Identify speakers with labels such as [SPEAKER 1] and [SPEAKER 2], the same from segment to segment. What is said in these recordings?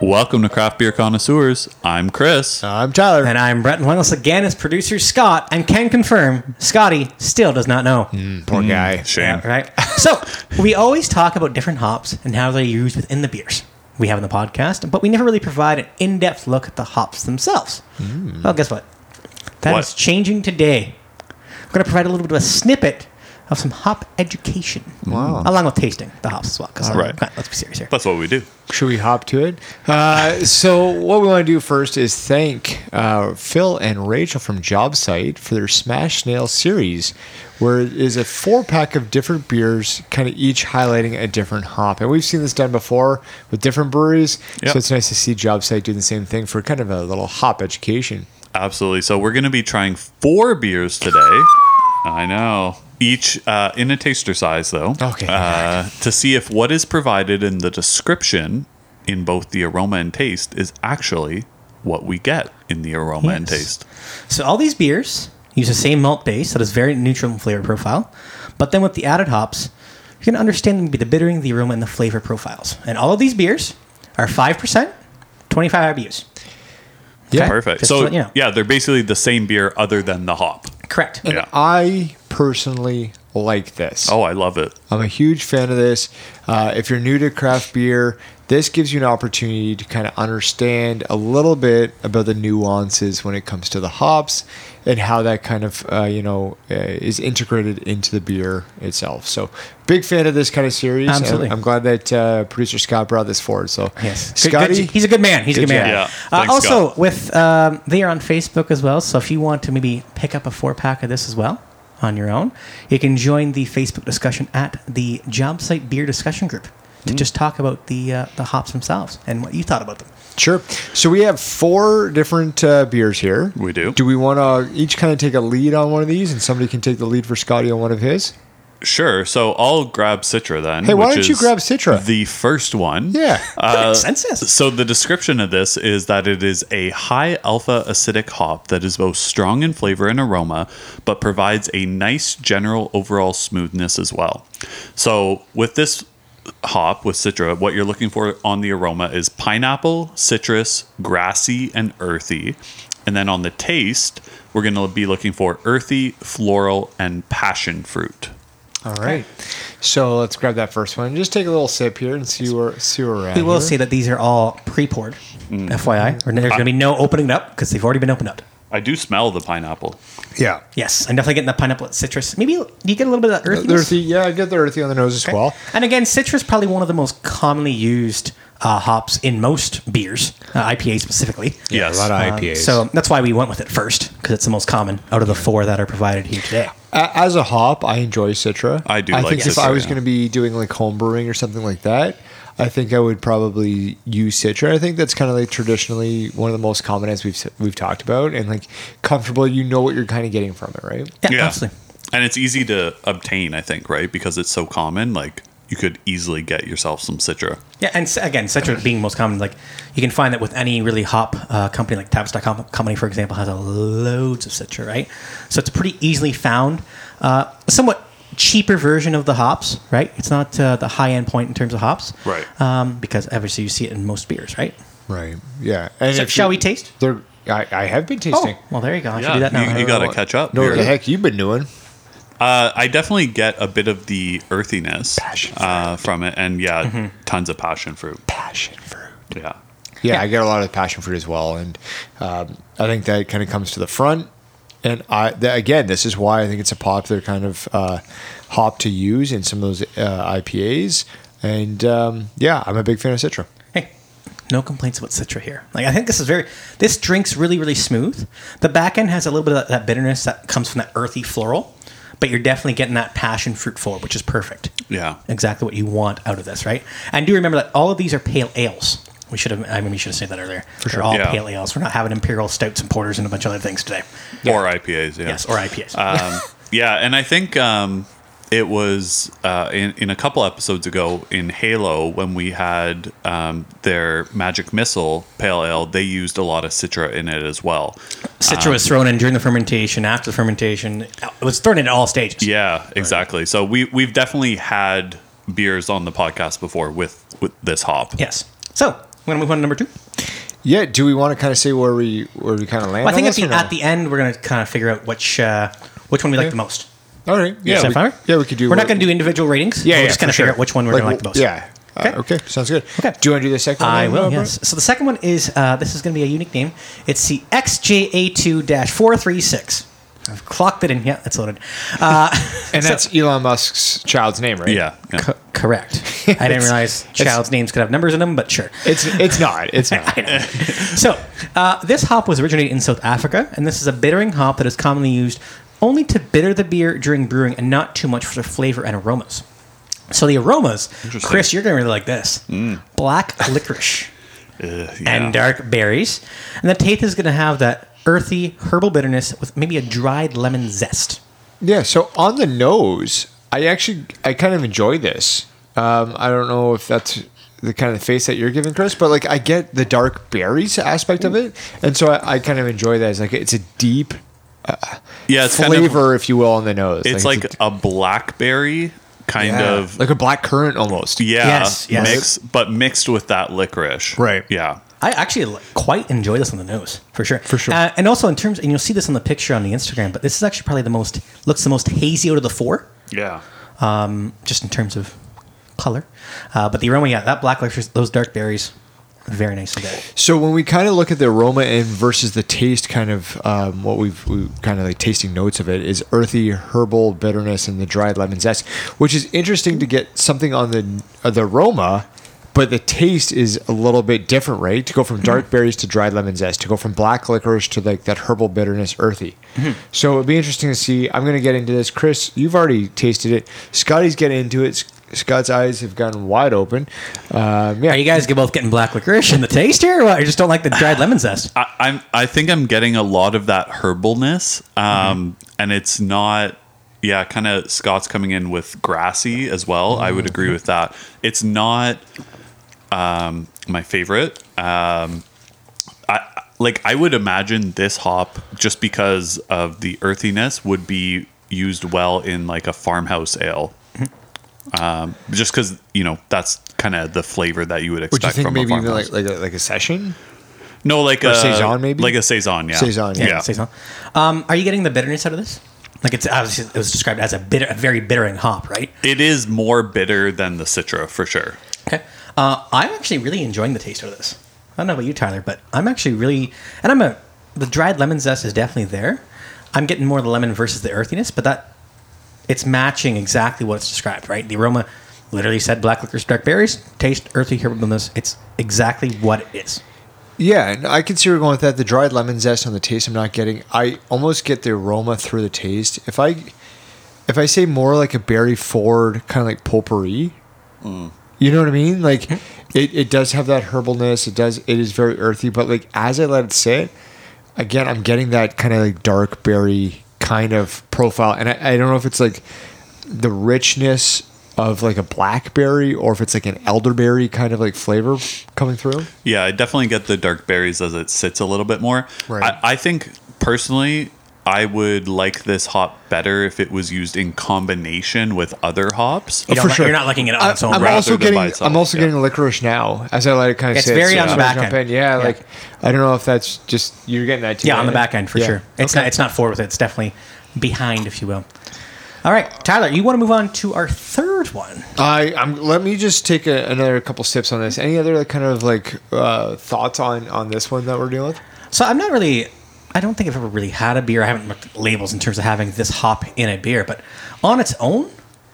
[SPEAKER 1] Welcome to Craft Beer Connoisseurs. I'm Chris.
[SPEAKER 2] I'm Tyler.
[SPEAKER 3] And I'm Brett, and with us again is producer Scott, and can confirm Scotty still does not know.
[SPEAKER 2] Poor
[SPEAKER 1] Mm,
[SPEAKER 2] guy.
[SPEAKER 1] Shame.
[SPEAKER 3] Right? so, we always talk about different hops and how they're used within the beers we have in the podcast, but we never really provide an in depth look at the hops themselves. Well, guess what? That is
[SPEAKER 1] What?
[SPEAKER 3] changing today. We're going to provide a little bit of a snippet of some hop education. Wow. Along with tasting the hops as well. Because,
[SPEAKER 1] Right.
[SPEAKER 3] let's be serious here.
[SPEAKER 1] That's what we do.
[SPEAKER 2] Should we hop to it? Uh, so, what we want to do first is thank uh, Phil and Rachel from JobSite for their Smash Nail series, where it is a four pack of different beers, kind of each highlighting a different hop. And we've seen this done before with different breweries,
[SPEAKER 1] Yep.
[SPEAKER 2] so it's nice to see JobSite do the same thing for kind of a little hop education.
[SPEAKER 1] Absolutely. So we're going to be trying four beers today. I know. Each uh, in a taster size, though.
[SPEAKER 2] Okay.
[SPEAKER 1] Uh, to see if what is provided in the description in both the aroma and taste is actually what we get in the aroma and
[SPEAKER 3] Yes.
[SPEAKER 1] taste.
[SPEAKER 3] So all these beers use the same malt base that is very neutral in flavor profile, but then with the added hops, you can understand the bittering, the aroma, and the flavor profiles. And all of these beers are five percent, twenty-five IBUs.
[SPEAKER 2] Yeah.
[SPEAKER 1] Perfect.
[SPEAKER 3] Just
[SPEAKER 1] so,
[SPEAKER 3] to let you know.
[SPEAKER 1] yeah, they're basically the same beer other than the hop.
[SPEAKER 3] Correct.
[SPEAKER 1] Yeah.
[SPEAKER 2] I personally like this.
[SPEAKER 1] Oh, I love it.
[SPEAKER 2] I'm a huge fan of this. Uh, if you're new to craft beer, this gives you an opportunity to kind of understand a little bit about the nuances when it comes to the hops and how that kind of uh, you know uh, is integrated into the beer itself. So, big fan of this kind of series. and
[SPEAKER 3] Absolutely.
[SPEAKER 2] I'm glad that uh, producer Scott brought this forward. So,
[SPEAKER 3] Yes, Good- good-
[SPEAKER 2] Scotty,
[SPEAKER 3] he's a good man. He's a
[SPEAKER 2] Good
[SPEAKER 3] good man.
[SPEAKER 1] job. Yeah.
[SPEAKER 3] Uh,
[SPEAKER 1] Thanks,
[SPEAKER 3] also,
[SPEAKER 1] Scott.
[SPEAKER 3] with um, they are on Facebook as well. So if you want to maybe pick up a four pack of this as well on your own, you can join the Facebook discussion at the job site beer discussion group
[SPEAKER 1] Mm.
[SPEAKER 3] to just talk about the uh, the hops themselves and what you thought about them.
[SPEAKER 2] Sure. So we have four different uh, beers here.
[SPEAKER 1] We do.
[SPEAKER 2] Do we want to each kind of take a lead on one of these, and somebody can take the lead for Scotty on one of his?
[SPEAKER 1] Sure. So I'll grab Citra then.
[SPEAKER 2] Hey, why
[SPEAKER 1] which
[SPEAKER 2] don't you
[SPEAKER 1] is
[SPEAKER 2] grab Citra?
[SPEAKER 1] The first one.
[SPEAKER 2] Yeah.
[SPEAKER 1] Uh,
[SPEAKER 3] Consensus.
[SPEAKER 1] So the description of this is that it is a high alpha acidic hop that is both strong in flavor and aroma, but provides a nice general overall smoothness as well. So with this hop with citra, what you're looking for on the aroma is pineapple, citrus, grassy, and earthy. And then on the taste, we're going to be looking for earthy, floral, and passion fruit.
[SPEAKER 2] All right. So let's grab that first one. Just take a little sip here and see where see where we're at.
[SPEAKER 3] We will
[SPEAKER 2] here.
[SPEAKER 3] say that these are all pre-poured,
[SPEAKER 2] Mm.
[SPEAKER 3] FYI.
[SPEAKER 2] Mm-hmm.
[SPEAKER 3] Or there's going to be no opening it up because they've already been opened up.
[SPEAKER 1] I do smell the pineapple.
[SPEAKER 2] Yeah.
[SPEAKER 3] Yes, I'm definitely getting the pineapple citrus. Maybe you get a little bit of that
[SPEAKER 2] The
[SPEAKER 3] earthiness.
[SPEAKER 2] earthy, yeah, I get the earthy on the nose as well.
[SPEAKER 3] And again, citrus probably one of the most commonly used uh, hops in most beers, uh, IPA specifically.
[SPEAKER 1] Yes.
[SPEAKER 3] Uh,
[SPEAKER 2] IPAs.
[SPEAKER 3] So that's why we went with it first because it's the most common out of the four that are provided here today.
[SPEAKER 2] as a hop, I enjoy Citra.
[SPEAKER 1] I do
[SPEAKER 2] I
[SPEAKER 1] like
[SPEAKER 2] think if
[SPEAKER 1] Citra,
[SPEAKER 2] I was
[SPEAKER 1] yeah.
[SPEAKER 2] going to be doing like home brewing or something like that, I think I would probably use Citra. I think that's kind of like traditionally one of the most common as we've s- we've talked about and like comfortable. You know what you're kind of getting from it, right?
[SPEAKER 3] Yeah,
[SPEAKER 1] Yeah.
[SPEAKER 3] absolutely.
[SPEAKER 1] And it's easy to obtain, I think, right? Because it's so common, like you could easily get yourself some Citra.
[SPEAKER 3] Yeah, and s- again, citrus being most common, like you can find that with any really hop uh, company, like Tavistock Com- Company, for example, has a loads of citrus, right? So it's pretty easily found. Uh, somewhat cheaper version of the hops, right? It's not uh, the high end point in terms of hops,
[SPEAKER 1] Right.
[SPEAKER 3] Um, because obviously you see it in most beers, right?
[SPEAKER 2] Right. Yeah. And
[SPEAKER 3] So
[SPEAKER 2] if
[SPEAKER 3] shall
[SPEAKER 2] you-
[SPEAKER 3] we taste?
[SPEAKER 2] They're, I, I have been tasting.
[SPEAKER 3] Oh, well, there you go. I should
[SPEAKER 1] Yeah,
[SPEAKER 3] do that now.
[SPEAKER 1] you, you got to catch up.
[SPEAKER 2] know
[SPEAKER 1] here.
[SPEAKER 2] what the heck you've been doing?
[SPEAKER 1] Uh, I definitely get a bit of the earthiness uh, from it, and yeah, tons of passion fruit.
[SPEAKER 2] Passion fruit.
[SPEAKER 1] Yeah,
[SPEAKER 2] Yeah,
[SPEAKER 3] Yeah.
[SPEAKER 2] I get a lot of passion fruit as well, and um, I think that kind of comes to the front. And I that, again, this is why I think it's a popular kind of uh, hop to use in some of those uh, IPAs. And um, yeah, I'm a big fan of Citra.
[SPEAKER 3] Hey, no complaints about Citra here. Like I think this is very this drink's really really smooth. The back end has a little bit of that bitterness that comes from that earthy floral, but you're definitely getting that passion fruit forward, which is perfect.
[SPEAKER 1] yeah.
[SPEAKER 3] Exactly what you want out of this, right? And do remember that all of these are pale ales. We should have I mean we should have said that earlier. For sure. all
[SPEAKER 1] Yeah.
[SPEAKER 3] pale ales. We're not having imperial stouts and porters and a bunch of other things today.
[SPEAKER 1] Or IPAs. Yeah.
[SPEAKER 3] Yes, or IPAs.
[SPEAKER 1] um, yeah, and I think um, it was uh, in, in a couple episodes ago in Halo when we had um, their Magic Missile Pale Ale. They used a lot of Citra in it as well.
[SPEAKER 3] Citra
[SPEAKER 1] um,
[SPEAKER 3] was thrown in during the fermentation, after the fermentation. It was thrown in at all stages.
[SPEAKER 1] Yeah, exactly. So we we've definitely had beers on the podcast before with with this hop.
[SPEAKER 3] Yes. So We're gonna move on to number two.
[SPEAKER 2] Yeah. Do we want to kind of say where we where we kind of land?
[SPEAKER 3] I think
[SPEAKER 2] on
[SPEAKER 3] at
[SPEAKER 2] this
[SPEAKER 3] the,
[SPEAKER 2] or no?
[SPEAKER 3] at the end we're gonna kind of figure out which uh, which one we like
[SPEAKER 2] Yeah.
[SPEAKER 3] the most.
[SPEAKER 2] All right. Yeah.
[SPEAKER 3] Sound
[SPEAKER 2] we,
[SPEAKER 3] fine?
[SPEAKER 2] yeah. We could do.
[SPEAKER 3] We're not
[SPEAKER 2] what-
[SPEAKER 3] gonna do individual ratings.
[SPEAKER 2] Yeah.
[SPEAKER 3] We're
[SPEAKER 2] yeah,
[SPEAKER 3] just gonna
[SPEAKER 2] for
[SPEAKER 3] figure
[SPEAKER 2] sure.
[SPEAKER 3] out which one we're gonna like the most.
[SPEAKER 2] Yeah. Okay.
[SPEAKER 3] Okay.
[SPEAKER 2] Uh, okay. Sounds good.
[SPEAKER 3] Okay.
[SPEAKER 2] Do you want to do the second one?
[SPEAKER 3] I
[SPEAKER 2] then,
[SPEAKER 3] will,
[SPEAKER 2] Robert?
[SPEAKER 3] yes. So the second one is uh, this is going to be a unique name. It's the XJA2 436. I've clocked it in. Yeah, that's loaded. Uh,
[SPEAKER 2] And that's Elon Musk's child's name, right?
[SPEAKER 1] Yeah. yeah.
[SPEAKER 3] co- correct. I didn't realize child's names could have numbers in them, but sure.
[SPEAKER 2] It's it's not. It's not.
[SPEAKER 3] So uh, this hop was originated in South Africa, and this is a bittering hop that is commonly used only to bitter the beer during brewing and not too much for the flavor and aromas. So the aromas,
[SPEAKER 1] Interesting.
[SPEAKER 3] Chris, you're going to really like this. Black licorice.
[SPEAKER 1] Uh, yeah.
[SPEAKER 3] and dark berries. And the taste is going to have that earthy herbal bitterness with maybe a dried lemon zest.
[SPEAKER 2] Yeah. So on the nose, I actually I kind of enjoy this. Um, I don't know if that's the kind of face that you're giving, Chris, but like I get the dark berries aspect of it, and so I, I kind of enjoy that. It's like it's a deep
[SPEAKER 1] yeah, it's
[SPEAKER 2] flavor,
[SPEAKER 1] kind of
[SPEAKER 2] if you will, on the nose.
[SPEAKER 1] it's like a blackberry kind
[SPEAKER 2] yeah,
[SPEAKER 1] of
[SPEAKER 2] like a black currant almost.
[SPEAKER 1] yeah
[SPEAKER 3] Yes, yes.
[SPEAKER 1] mix, but mixed with that licorice.
[SPEAKER 2] Right.
[SPEAKER 1] Yeah.
[SPEAKER 3] I actually li- quite enjoy this on the nose, for sure. For
[SPEAKER 2] sure.
[SPEAKER 3] Uh, and also in terms, and you'll see this on the picture on the Instagram, but this is actually probably the most looks the most hazy out of the four,
[SPEAKER 1] Yeah.
[SPEAKER 3] just in terms of color. Uh, but the aroma, yeah, that black licorice, those dark berries, very nice to go.
[SPEAKER 2] So when we kind of look at the aroma and versus the taste, kind of um, what we've we kind of like tasting notes of it is earthy herbal bitterness and the dried lemon zest, which is interesting to get something on the uh, the aroma, but the taste is a little bit different, right? To go from dark berries to dried lemon zest, to go from black licorice to like that herbal bitterness, earthy. So it'd be interesting to see. I'm gonna get into this, Chris. You've already tasted it. Scotty's getting into it. Scott's eyes have gotten wide open. Um, yeah,
[SPEAKER 3] Are you guys both getting black licorice in the taste here? Or what? I just don't like the dried lemon zest.
[SPEAKER 1] I, I'm. I think I'm getting a lot of that herbalness, um,
[SPEAKER 2] Mm-hmm.
[SPEAKER 1] and it's not. Yeah, kind of Scott's coming in with grassy as well. I
[SPEAKER 2] Mm-hmm.
[SPEAKER 1] would agree with that. It's not um, my favorite. Um, I like. I would imagine this hop just because of the earthiness would be used well in like a farmhouse ale.
[SPEAKER 2] Mm-hmm.
[SPEAKER 1] Um, just because you know that's kind of the flavor that you would
[SPEAKER 2] Would
[SPEAKER 1] expect
[SPEAKER 2] you think
[SPEAKER 1] from
[SPEAKER 2] maybe
[SPEAKER 1] a
[SPEAKER 2] even
[SPEAKER 1] farmhouse.
[SPEAKER 2] like like a, like a session?
[SPEAKER 1] No, like
[SPEAKER 2] Or
[SPEAKER 1] a
[SPEAKER 2] saison, maybe?
[SPEAKER 1] like a saison, yeah,
[SPEAKER 2] Saison, yeah.
[SPEAKER 1] yeah.
[SPEAKER 3] Saison. Um, are you getting the bitterness out of this? Like it's obviously it was described as a bitter, a very bittering hop, right?
[SPEAKER 1] It is more bitter than the Citra for sure.
[SPEAKER 3] Okay. Uh, I'm actually really enjoying the taste of this. I don't know about you, Tyler, but I'm actually really, and I'm a the dried lemon zest is definitely there. I'm getting more of the lemon versus the earthiness, but that it's matching exactly what it's described, right? The aroma literally said black licorice, dark berries, taste earthy herbalness. It's exactly what it is.
[SPEAKER 2] Yeah, and I can see where you're going with that. The dried lemon zest on the taste, I'm not getting. I almost get the aroma through the taste. If I, if I say more like a berry forward, kind of like potpourri, you know what I mean? Like, it, it does have that herbalness. It does. It is very earthy, but like as I let it sit, again, I'm getting that kind of like dark berry kind of profile, and I, I don't know if it's like the richness of like a blackberry or if it's like an elderberry kind of like flavor coming through.
[SPEAKER 1] Yeah, I definitely get the dark berries as it sits a little bit more.
[SPEAKER 2] Right.
[SPEAKER 1] I, I think personally, I would like this hop better if it was used in combination with other hops.
[SPEAKER 3] You don't
[SPEAKER 2] Oh, for
[SPEAKER 3] li-
[SPEAKER 2] sure.
[SPEAKER 3] You're not liking it on
[SPEAKER 2] I-
[SPEAKER 3] its own.
[SPEAKER 2] I'm
[SPEAKER 3] right?
[SPEAKER 2] also
[SPEAKER 1] than
[SPEAKER 2] getting
[SPEAKER 1] by itself,
[SPEAKER 2] I'm also
[SPEAKER 1] yeah.
[SPEAKER 2] getting licorice now as I let it kind of
[SPEAKER 3] It's
[SPEAKER 2] sit.
[SPEAKER 3] very on the
[SPEAKER 2] I'm gonna
[SPEAKER 3] back
[SPEAKER 2] jump
[SPEAKER 3] end.
[SPEAKER 2] in. Yeah,
[SPEAKER 3] Yeah.
[SPEAKER 2] like I don't know if that's just you're getting that too.
[SPEAKER 3] Yeah, on the
[SPEAKER 2] right?
[SPEAKER 3] back end for
[SPEAKER 2] Yeah.
[SPEAKER 3] sure. It's not it's not forward with it. It's definitely behind, if you will. All right, Tyler, you want to move on to our third one?
[SPEAKER 2] I I'm, let me just take a, another couple sips on this. Any other like, kind of like uh, thoughts on on this one that we're dealing with?
[SPEAKER 3] So I'm not really. I don't think I've ever really had a beer. I haven't looked at labels in terms of having this hop in a beer, but on its own,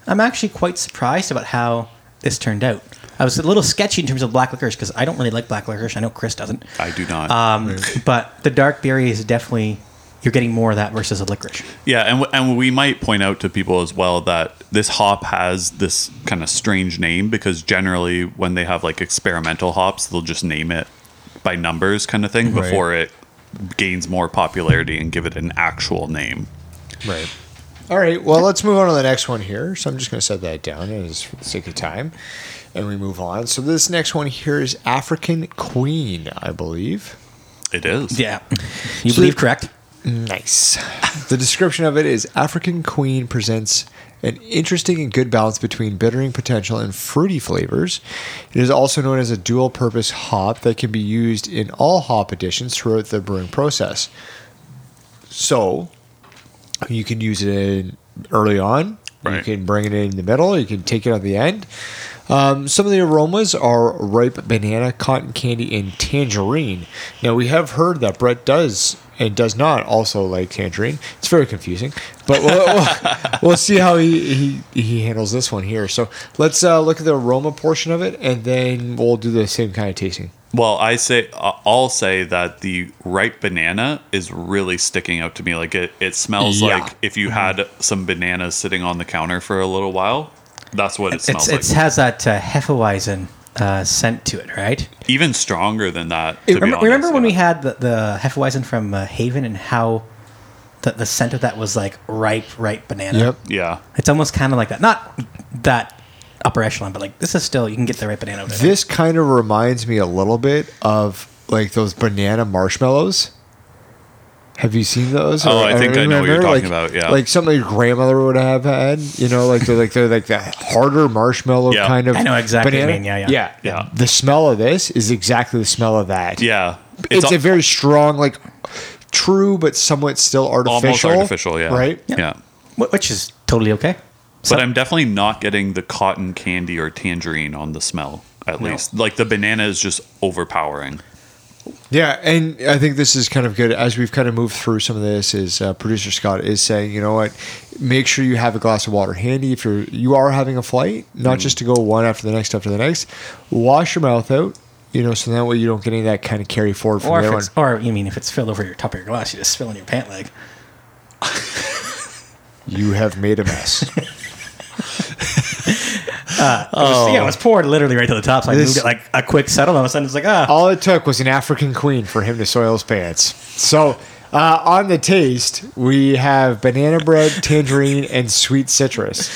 [SPEAKER 3] I'm actually quite surprised about how this turned out. I was a little sketchy in terms of black licorice because I don't really like black licorice. I know Chris doesn't.
[SPEAKER 1] I do not.
[SPEAKER 3] Um, but the dark berry is definitely you're getting more of that versus a licorice.
[SPEAKER 1] yeah, and w- and we might point out to people as well that this hop has this kind of strange name because generally when they have like experimental hops, they'll just name it by numbers kind of thing
[SPEAKER 2] Right.
[SPEAKER 1] before it gains more popularity and give it an actual name.
[SPEAKER 2] Right. All right. Well, let's move on to the next one here. So I'm just going to set that down as for the sake of time, and we move on. So this next one here is African Queen, I believe.
[SPEAKER 1] It is.
[SPEAKER 3] Yeah, you
[SPEAKER 2] So
[SPEAKER 3] believe
[SPEAKER 2] the-
[SPEAKER 3] correct.
[SPEAKER 2] Nice. The description of it is African Queen presents an interesting and good balance between bittering potential and fruity flavors. It is also known as a dual purpose hop that can be used in all hop additions throughout the brewing process. So, you can use it in early on, you
[SPEAKER 1] Right.
[SPEAKER 2] can bring it in the middle, you can take it on the end. Um, some of the aromas are ripe banana, cotton candy, and tangerine. Now we have heard that Brett does and does not also like tangerine. It's very confusing, but we'll, we'll, we'll see how he, he he handles this one here. So let's uh, look at the aroma portion of it, and then we'll do the same kind of tasting.
[SPEAKER 1] Well, I say I- I'll say that the ripe banana is really sticking out to me. Like it, it smells
[SPEAKER 2] Yeah.
[SPEAKER 1] like if you
[SPEAKER 3] Mm-hmm.
[SPEAKER 1] had some bananas sitting on the counter for a little while. That's what it
[SPEAKER 3] It's
[SPEAKER 1] smells
[SPEAKER 3] it
[SPEAKER 1] like.
[SPEAKER 3] has that uh, Hefeweizen uh, scent to it, right?
[SPEAKER 1] Even stronger than that. to be
[SPEAKER 3] remember,
[SPEAKER 1] honest,
[SPEAKER 3] remember when
[SPEAKER 1] yeah.
[SPEAKER 3] we had the, the Hefeweizen from uh, Haven and how the, the scent of that was like ripe, ripe banana.
[SPEAKER 1] Yeah.
[SPEAKER 3] It's almost kind of like that. Not that upper echelon, but like this is still, you can get the ripe banana. With it.
[SPEAKER 2] This kind of reminds me a little bit of like those banana marshmallows. Have you seen those?
[SPEAKER 1] Oh, I think I know what you're
[SPEAKER 2] remember,
[SPEAKER 1] talking
[SPEAKER 2] like-
[SPEAKER 1] about, yeah.
[SPEAKER 2] like something your grandmother would have had. You know, like they're like they're like the harder marshmallow
[SPEAKER 1] Yeah.
[SPEAKER 2] kind of.
[SPEAKER 3] I know exactly what you
[SPEAKER 2] banana.
[SPEAKER 3] mean, yeah, yeah.
[SPEAKER 2] yeah,
[SPEAKER 1] Yeah.
[SPEAKER 2] The smell of this is exactly the smell of that.
[SPEAKER 1] Yeah.
[SPEAKER 2] it's,
[SPEAKER 1] al-
[SPEAKER 2] a very strong, like true but somewhat still
[SPEAKER 1] almost
[SPEAKER 2] artificial.
[SPEAKER 1] artificial. Yeah.
[SPEAKER 2] Right.
[SPEAKER 1] Yeah.
[SPEAKER 3] Wh- Which is totally okay.
[SPEAKER 1] But I'm definitely not getting the cotton candy or tangerine on the smell. At least, like the banana is just overpowering.
[SPEAKER 2] Yeah, and I think this is kind of good as we've kind of moved through some of this. Is uh, producer Scott is saying, you know what, make sure you have a glass of water handy if you're you are having a flight,
[SPEAKER 3] Mm.
[SPEAKER 2] not just to go one after the next after the next. Wash your mouth out, you know, so that way you don't get any of that kind of carry forward from
[SPEAKER 3] Or if
[SPEAKER 2] the other one.
[SPEAKER 3] it's, or you mean if it's filled over your top of your glass, you just spill in your pant leg.
[SPEAKER 2] You have made a mess.
[SPEAKER 3] Oh. Yeah, it was poured literally right to the top. So I
[SPEAKER 2] This-
[SPEAKER 3] moved it like a quick settle, and all of a sudden it's like, ah,
[SPEAKER 2] All it took was an African queen for him to soil his pants. So. Uh, on the taste, we have banana bread, tangerine, and sweet citrus.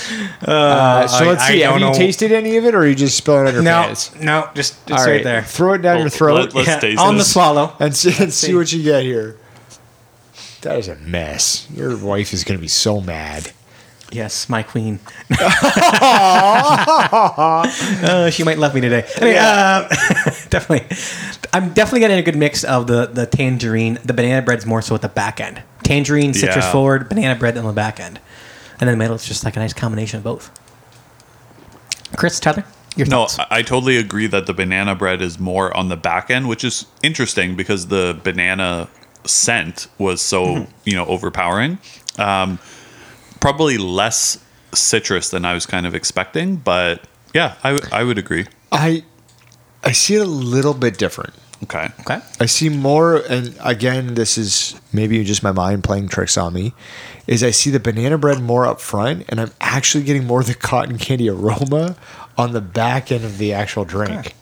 [SPEAKER 2] Uh, so
[SPEAKER 3] I-
[SPEAKER 2] let's
[SPEAKER 3] I
[SPEAKER 2] see. have
[SPEAKER 3] don't
[SPEAKER 2] you
[SPEAKER 3] know.
[SPEAKER 2] tasted any of it, or are you just spilling it on your
[SPEAKER 3] no,
[SPEAKER 2] pants?
[SPEAKER 3] no, just it's
[SPEAKER 2] All
[SPEAKER 3] right,
[SPEAKER 2] right,
[SPEAKER 3] there.
[SPEAKER 2] Throw it down your
[SPEAKER 1] Well, let-
[SPEAKER 2] throat
[SPEAKER 1] let's taste
[SPEAKER 3] on the
[SPEAKER 1] this.
[SPEAKER 3] swallow.
[SPEAKER 2] and, see, and see
[SPEAKER 3] see.
[SPEAKER 2] what you get here. That is a mess. Your wife is going to be so mad.
[SPEAKER 3] Yes, my queen. Uh, she might love me today. Anyway, uh, definitely, I'm definitely getting a good mix of the the tangerine. The banana bread's more so at the back end. Tangerine, citrus
[SPEAKER 1] Yeah.
[SPEAKER 3] forward, banana bread on the back end, and then the middle is just like a nice combination of both. Chris, Tyler, your
[SPEAKER 1] No, uh,
[SPEAKER 3] thoughts?
[SPEAKER 1] I I totally agree that the banana bread is more on the back end, which is interesting because the banana scent was so
[SPEAKER 2] Mm-hmm.
[SPEAKER 1] you know overpowering. Um, probably less citrus than I was kind of expecting, but yeah, I w- I would agree.
[SPEAKER 2] I I see it a little bit different.
[SPEAKER 1] Okay,
[SPEAKER 3] okay.
[SPEAKER 2] I see more, and again, this is maybe just my mind playing tricks on me. Is I see the banana bread more up front, and I'm actually getting more of the cotton candy aroma on the back end of the actual drink.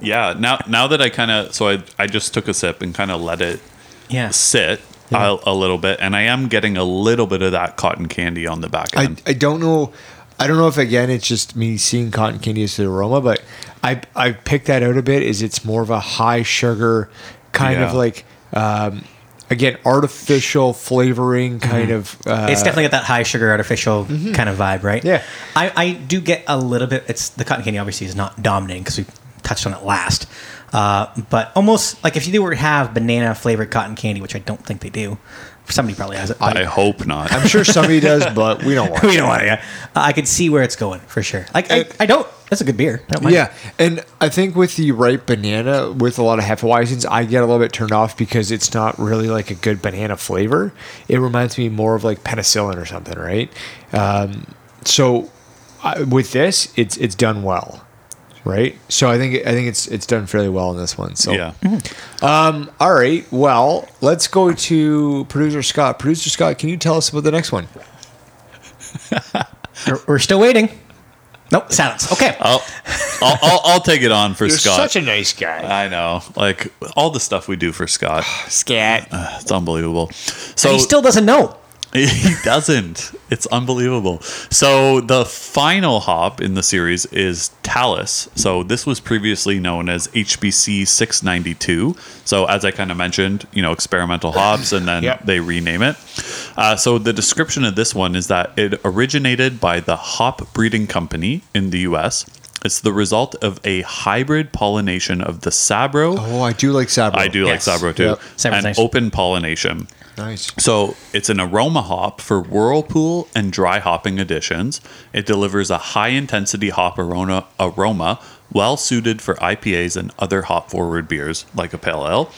[SPEAKER 1] yeah. Now now that I kind of so I I just took a sip and kind of let it
[SPEAKER 3] Yeah.
[SPEAKER 1] sit a, a little bit, and I am getting a little bit of that cotton candy on the back
[SPEAKER 2] I,
[SPEAKER 1] end.
[SPEAKER 2] I don't know. I don't know if again it's just me seeing cotton candy as the aroma, but I I picked that out a bit. Is it's more of a high sugar kind of
[SPEAKER 1] Yeah.
[SPEAKER 2] like um, again artificial flavoring kind of. Uh,
[SPEAKER 3] it's definitely got that high sugar artificial kind of vibe, right?
[SPEAKER 2] Yeah.
[SPEAKER 3] I, I do get a little bit. It's the cotton candy obviously is not dominating because we touched on it last, uh, but almost like if you were to have banana flavored cotton candy, which I don't think they do. Somebody probably has it. but-
[SPEAKER 1] I hope not.
[SPEAKER 2] I'm sure somebody does, but we don't want.
[SPEAKER 3] we don't Uh, want it. Yeah, uh, I could see where it's going for sure. Like I,
[SPEAKER 2] And-
[SPEAKER 3] I don't. That's a good beer. I don't mind.
[SPEAKER 2] Yeah, and I think with the ripe banana, with a lot of Hefeweizens, I get a little bit turned off because it's not really like a good banana flavor. It reminds me more of like penicillin or something, right? Um, so I, with this, it's it's done well, right? So I think I think it's it's done fairly well in this one. So
[SPEAKER 1] yeah.
[SPEAKER 2] Um, all right, well, let's go to producer Scott. Producer Scott, can you tell us about the next one?
[SPEAKER 3] We're, we're still waiting. Nope, silence. Okay.
[SPEAKER 1] I'll, I'll, I'll, I'll take it on for Scott.
[SPEAKER 2] a nice guy,
[SPEAKER 1] I know. Like all the stuff we do for Scott,
[SPEAKER 2] Scat.
[SPEAKER 3] Uh,
[SPEAKER 1] it's unbelievable. So
[SPEAKER 3] he still doesn't know.
[SPEAKER 1] He doesn't. It's unbelievable. So the final hop in the series is Talus. So this was previously known as HBC 692. So as I kind of mentioned, you know, experimental hops, and then
[SPEAKER 2] Yep.
[SPEAKER 1] they rename it. Uh, so the description of this one is that it originated by the Hop Breeding Company in the U.S. It's the result of a hybrid pollination of the Sabro.
[SPEAKER 2] Oh, I do like Sabro.
[SPEAKER 1] I do
[SPEAKER 3] Yes.
[SPEAKER 1] like Sabro too,
[SPEAKER 2] Yep.
[SPEAKER 3] Sabro's
[SPEAKER 1] and
[SPEAKER 3] nice.
[SPEAKER 1] open pollination.
[SPEAKER 2] Nice.
[SPEAKER 1] So it's an aroma hop for whirlpool and dry hopping additions. It delivers a high intensity hop aroma, aroma well suited for IPAs and other hop forward beers like a pale ale.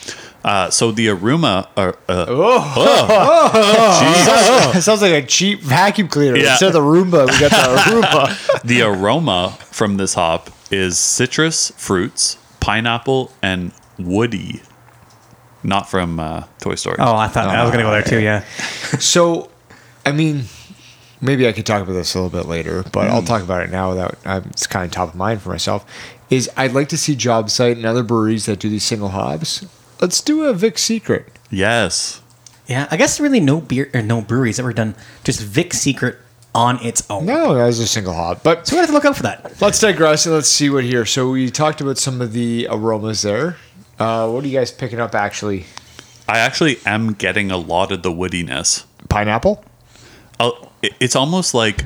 [SPEAKER 1] Uh, so the aroma, uh, uh, oh,
[SPEAKER 2] It sounds like a cheap vacuum cleaner.
[SPEAKER 1] Yeah.
[SPEAKER 2] Instead of the Roomba, we got the Roomba.
[SPEAKER 1] the aroma from this hop is citrus fruits, pineapple, and woody. Not from uh, Toy Story.
[SPEAKER 3] Oh, I thought I was gonna go there too. Yeah,
[SPEAKER 2] So, I mean, maybe I could talk about this a little bit later, but I'll talk about it now without. I'm, it's kind of top of mind for myself. Is I'd like to see job site and other breweries that do these single hops. Let's do a Vic Secret.
[SPEAKER 1] Yes.
[SPEAKER 3] yeah. I guess really no beer or no breweries ever done just Vic Secret on its own.
[SPEAKER 2] No, that was a single hop, but
[SPEAKER 3] So we have to look out for that.
[SPEAKER 2] Let's digress and let's see what here. So we talked about some of the aromas there. Uh, what are you guys picking up actually?
[SPEAKER 1] I actually am getting a lot of the woodiness.
[SPEAKER 2] Pineapple?
[SPEAKER 1] Oh, it- it's almost like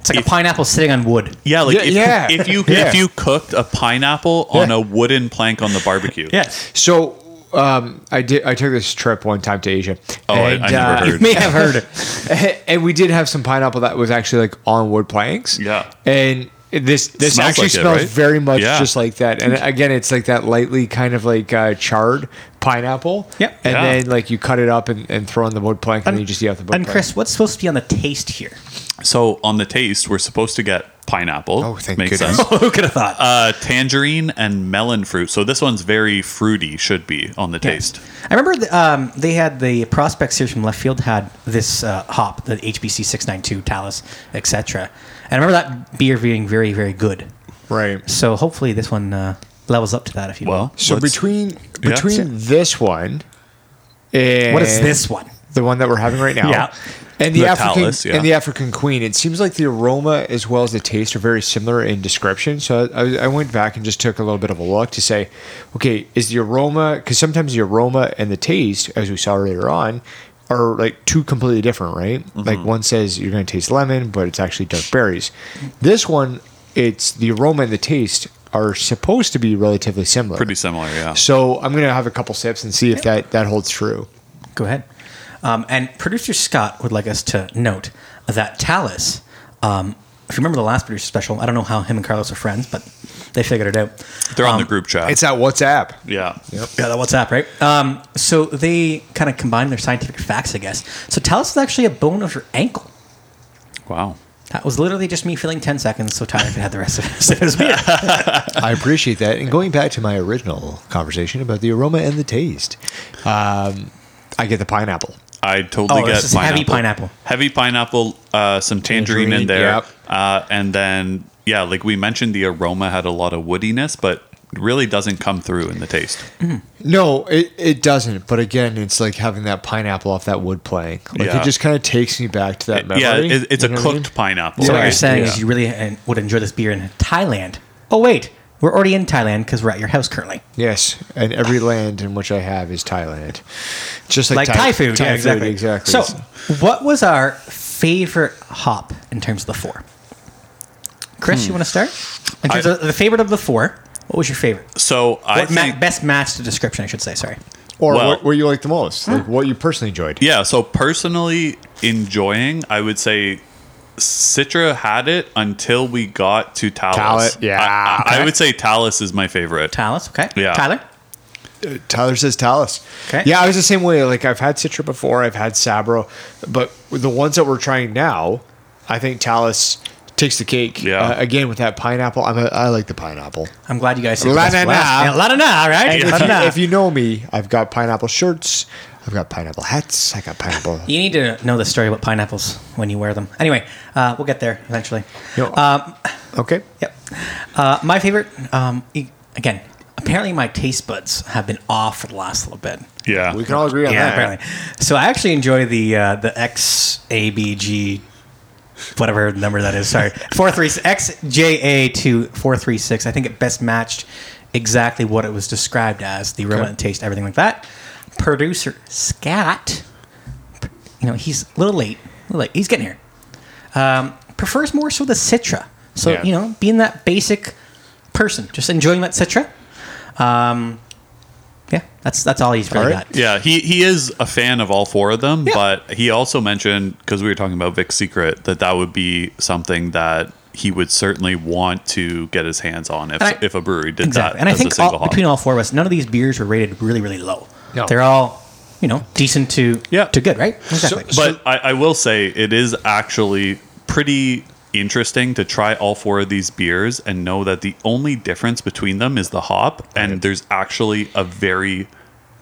[SPEAKER 3] It's like
[SPEAKER 1] If-
[SPEAKER 3] a pineapple sitting on wood.
[SPEAKER 1] Yeah, like
[SPEAKER 2] Yeah,
[SPEAKER 1] if,
[SPEAKER 2] yeah.
[SPEAKER 1] if you
[SPEAKER 2] Yeah.
[SPEAKER 1] if you cooked a pineapple on
[SPEAKER 2] Yeah.
[SPEAKER 1] a wooden plank on the barbecue.
[SPEAKER 3] Yes,
[SPEAKER 2] So um, I did. I took this trip one time to Asia. uh,
[SPEAKER 1] Oh, I- I never
[SPEAKER 3] you
[SPEAKER 1] Heard.
[SPEAKER 3] may have heard. it.
[SPEAKER 2] and we did have some pineapple that was actually like on wood planks.
[SPEAKER 1] Yeah.
[SPEAKER 2] And this this
[SPEAKER 1] smells
[SPEAKER 2] actually
[SPEAKER 1] like it,
[SPEAKER 2] smells
[SPEAKER 1] right?
[SPEAKER 2] very much
[SPEAKER 1] Yeah.
[SPEAKER 2] just like that. And again, it's like that lightly kind of like uh, charred pineapple.
[SPEAKER 3] Yep.
[SPEAKER 2] And
[SPEAKER 1] Yeah.
[SPEAKER 2] then like you cut it up and, and throw in the wood plank and, then you just eat out the wood
[SPEAKER 3] And
[SPEAKER 2] plank.
[SPEAKER 3] Chris, what's supposed to be on the taste here?
[SPEAKER 1] So on the taste, we're supposed to get pineapple.
[SPEAKER 2] Oh, thank
[SPEAKER 1] Makes
[SPEAKER 2] goodness.
[SPEAKER 1] sense.
[SPEAKER 3] Who could have thought?
[SPEAKER 1] Uh, tangerine and melon fruit. So this one's very fruity. Should be on the taste.
[SPEAKER 3] I remember the, um, they had the prospect series from left field had this uh, hop, the HBC six nine two Talus, etc. And I remember that beer being very very good.
[SPEAKER 2] Right.
[SPEAKER 3] So hopefully this one uh, levels up to that, if you
[SPEAKER 1] Well,
[SPEAKER 3] will.
[SPEAKER 2] So
[SPEAKER 1] let's-
[SPEAKER 2] between
[SPEAKER 1] Yeah.
[SPEAKER 2] between this one and
[SPEAKER 3] What is this one?
[SPEAKER 2] The one that we're having right now.
[SPEAKER 3] Yeah.
[SPEAKER 2] And the,
[SPEAKER 1] The
[SPEAKER 2] African
[SPEAKER 1] Talus, yeah.
[SPEAKER 2] and the African Queen. It seems like the aroma as well as the taste are very similar in description. So I, I went back and just took a little bit of a look to say, okay, is the aroma because sometimes the aroma and the taste, as we saw earlier on, are like two completely different, right? Like one says you're going to taste lemon, but it's actually dark berries. This one, it's the aroma and the taste are supposed to be relatively similar.
[SPEAKER 1] Pretty similar. Yeah.
[SPEAKER 2] So I'm gonna have a couple sips and see if that that holds true.
[SPEAKER 3] Go ahead. Um, and producer Scott would like us to note that Talus, um, if you remember the last producer special, I don't know how him and Carlos are friends, but they figured it out.
[SPEAKER 1] They're on
[SPEAKER 3] Um,
[SPEAKER 1] the group chat.
[SPEAKER 2] It's at WhatsApp.
[SPEAKER 1] yeah.
[SPEAKER 3] Yeah, that WhatsApp, right? Um, so they kind of combine their scientific facts, I guess. So Talus is actually a bone of your ankle.
[SPEAKER 1] Wow.
[SPEAKER 3] That was literally just me feeling 10 seconds, so Tyler could have the rest of it. It was weird.
[SPEAKER 2] I appreciate that. And going back to my original conversation about the aroma and the taste, um, I get the pineapple.
[SPEAKER 1] I totally
[SPEAKER 3] Oh,
[SPEAKER 1] get
[SPEAKER 3] this is heavy pineapple.
[SPEAKER 1] Heavy pineapple, uh, some tangerine, in
[SPEAKER 2] Tangerine,
[SPEAKER 1] there,
[SPEAKER 2] yep.
[SPEAKER 1] uh, and then yeah, like we mentioned, the aroma had a lot of woodiness, but really doesn't come through in the taste.
[SPEAKER 2] No, it, it doesn't. But again, it's like having that pineapple off that wood plank. Like
[SPEAKER 1] Yeah.
[SPEAKER 2] it just kind of takes me back to that memory.
[SPEAKER 1] Yeah, it, it's
[SPEAKER 2] You
[SPEAKER 1] a
[SPEAKER 2] know
[SPEAKER 1] cooked
[SPEAKER 2] what I mean?
[SPEAKER 1] pineapple.
[SPEAKER 3] so what
[SPEAKER 2] Right,
[SPEAKER 3] you're saying
[SPEAKER 1] yeah.
[SPEAKER 3] is you really uh, would enjoy this beer in Thailand. Oh, wait. We're already in Thailand because we're at your house currently.
[SPEAKER 2] Yes, and every land in which I have is Thailand. Just like,
[SPEAKER 3] Like Thai, food. yeah, exactly.
[SPEAKER 2] exactly.
[SPEAKER 3] So what was our favorite hop in terms of the four? Chris, you want to start? In terms
[SPEAKER 1] Hmm. I-
[SPEAKER 3] of the favorite of the four, what was your favorite?
[SPEAKER 1] So I
[SPEAKER 3] What ma-
[SPEAKER 1] think-
[SPEAKER 3] best matched the description, I should say. Sorry.
[SPEAKER 2] or
[SPEAKER 1] well-
[SPEAKER 2] what, what you like the most, like what you personally enjoyed.
[SPEAKER 1] Yeah, so personally enjoying, I would say Citra had it until we got to Talus.
[SPEAKER 2] Talus, yeah,
[SPEAKER 1] I, I- I
[SPEAKER 2] okay.
[SPEAKER 1] would say Talus is my favorite.
[SPEAKER 3] Talus, okay.
[SPEAKER 1] Yeah.
[SPEAKER 3] Tyler?
[SPEAKER 2] Tyler says Talus.
[SPEAKER 3] Okay.
[SPEAKER 2] Yeah, I was the same way. Like I've had Citra before, I've had Sabro, but the ones that we're trying now, I think Talus takes the cake.
[SPEAKER 1] Yeah.
[SPEAKER 2] Uh, again with that pineapple, I'm a, I like the pineapple.
[SPEAKER 3] I'm glad you guys said
[SPEAKER 2] La-na-na.
[SPEAKER 3] best last. Yeah, La-na-na, right?
[SPEAKER 2] And if, you,
[SPEAKER 3] La-na-na.
[SPEAKER 2] if you know me, I've got pineapple shirts, I've got pineapple hats, I got pineapple.
[SPEAKER 3] You need to know the story about pineapples when you wear them. Anyway, uh, we'll get there eventually.
[SPEAKER 2] Yo.
[SPEAKER 3] Um,
[SPEAKER 2] Okay.
[SPEAKER 3] yep. Uh, my favorite, um, e- again, apparently my taste buds have been off for the last little bit.
[SPEAKER 1] Yeah.
[SPEAKER 2] We can all agree on
[SPEAKER 3] Yeah,
[SPEAKER 2] that.
[SPEAKER 3] apparently. So I actually enjoy the uh, the XABG, whatever number that is. Sorry, four three XJA two four three six. I think it best matched exactly what it was described as the aroma
[SPEAKER 2] Okay.
[SPEAKER 3] and taste, everything like that. Producer Scott, you know he's a little late. A little late. He's getting here. Um, prefers more so the Citra. So
[SPEAKER 2] Yeah.
[SPEAKER 3] you know, being that basic person, just enjoying that Citra. Um, yeah, that's that's all he's really
[SPEAKER 2] All right.
[SPEAKER 3] got.
[SPEAKER 1] Yeah, he, he is a fan of all four of them,
[SPEAKER 3] Yeah.
[SPEAKER 1] but he also mentioned because we were talking about Vic's Secret that that would be something that he would certainly want to get his hands on if,
[SPEAKER 3] And I-
[SPEAKER 1] if a brewery did
[SPEAKER 3] Exactly.
[SPEAKER 1] that
[SPEAKER 3] And I
[SPEAKER 1] as a
[SPEAKER 3] think
[SPEAKER 1] single
[SPEAKER 3] all,
[SPEAKER 1] hop.
[SPEAKER 3] between all four of us, none of these beers were rated really, really low.
[SPEAKER 2] No.
[SPEAKER 3] They're all, you know, decent to
[SPEAKER 1] Yeah.
[SPEAKER 3] to good, right? Exactly.
[SPEAKER 1] but I, I will say it is actually pretty interesting to try all four of these beers and know that the only difference between them is the hop, and there's actually a very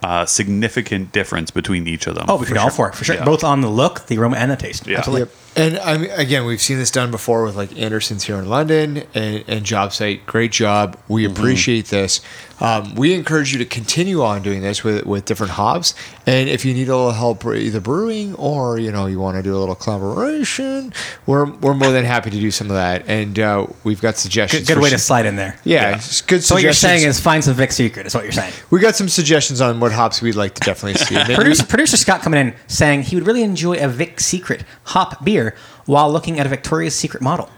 [SPEAKER 1] uh, significant difference between each of them.
[SPEAKER 3] oh, between all four, for sure.
[SPEAKER 1] Yeah.
[SPEAKER 3] Both on the look, the aroma, and the taste.
[SPEAKER 1] Yeah.
[SPEAKER 3] Absolutely.
[SPEAKER 2] Yep. And I mean, again, we've seen this done before with like Anderson's here in London and, and JobSite. Great job. We
[SPEAKER 3] Mm-hmm.
[SPEAKER 2] appreciate this. Um, we encourage you to continue on doing this with, with different hops. And if you need a little help with either brewing or, you know, you want to do a little collaboration, we're, we're more than happy to do some of that. And uh, we've got
[SPEAKER 3] Good,
[SPEAKER 2] suggestions.
[SPEAKER 3] good
[SPEAKER 2] for
[SPEAKER 3] way to
[SPEAKER 2] s-
[SPEAKER 3] slide in there.
[SPEAKER 2] Yeah. it's Good
[SPEAKER 3] So what you're
[SPEAKER 2] suggestions.
[SPEAKER 3] saying is find some Vic Secret. Is what you're saying.
[SPEAKER 2] we got some suggestions on what hops we'd like to definitely see. Maybe-
[SPEAKER 3] Producer, producer Scott coming in saying he would really enjoy a Vic Secret hop beer while looking at a Victoria's Secret model.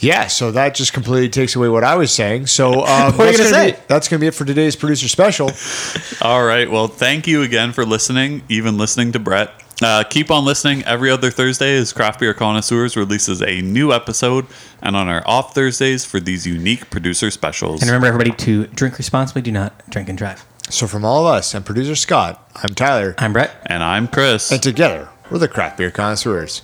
[SPEAKER 2] Yeah, so that just completely takes away what I was saying.
[SPEAKER 3] were
[SPEAKER 2] So um,
[SPEAKER 3] you
[SPEAKER 2] that's
[SPEAKER 3] gonna
[SPEAKER 2] gonna
[SPEAKER 3] say?
[SPEAKER 2] Be, that's going to be it for today's producer special.
[SPEAKER 1] All right. Well, thank you again for listening, even listening to Brett. Uh, keep on listening. Every other Thursday, as Craft Beer Connoisseurs releases a new episode, and on our off Thursdays for these unique producer specials.
[SPEAKER 3] And remember, everybody, to drink responsibly. Do not drink and drive.
[SPEAKER 2] So from all of us, I'm producer Scott. I'm Tyler,
[SPEAKER 3] I'm Brett.
[SPEAKER 1] And I'm Chris.
[SPEAKER 2] and together we're the craft beer connoisseurs.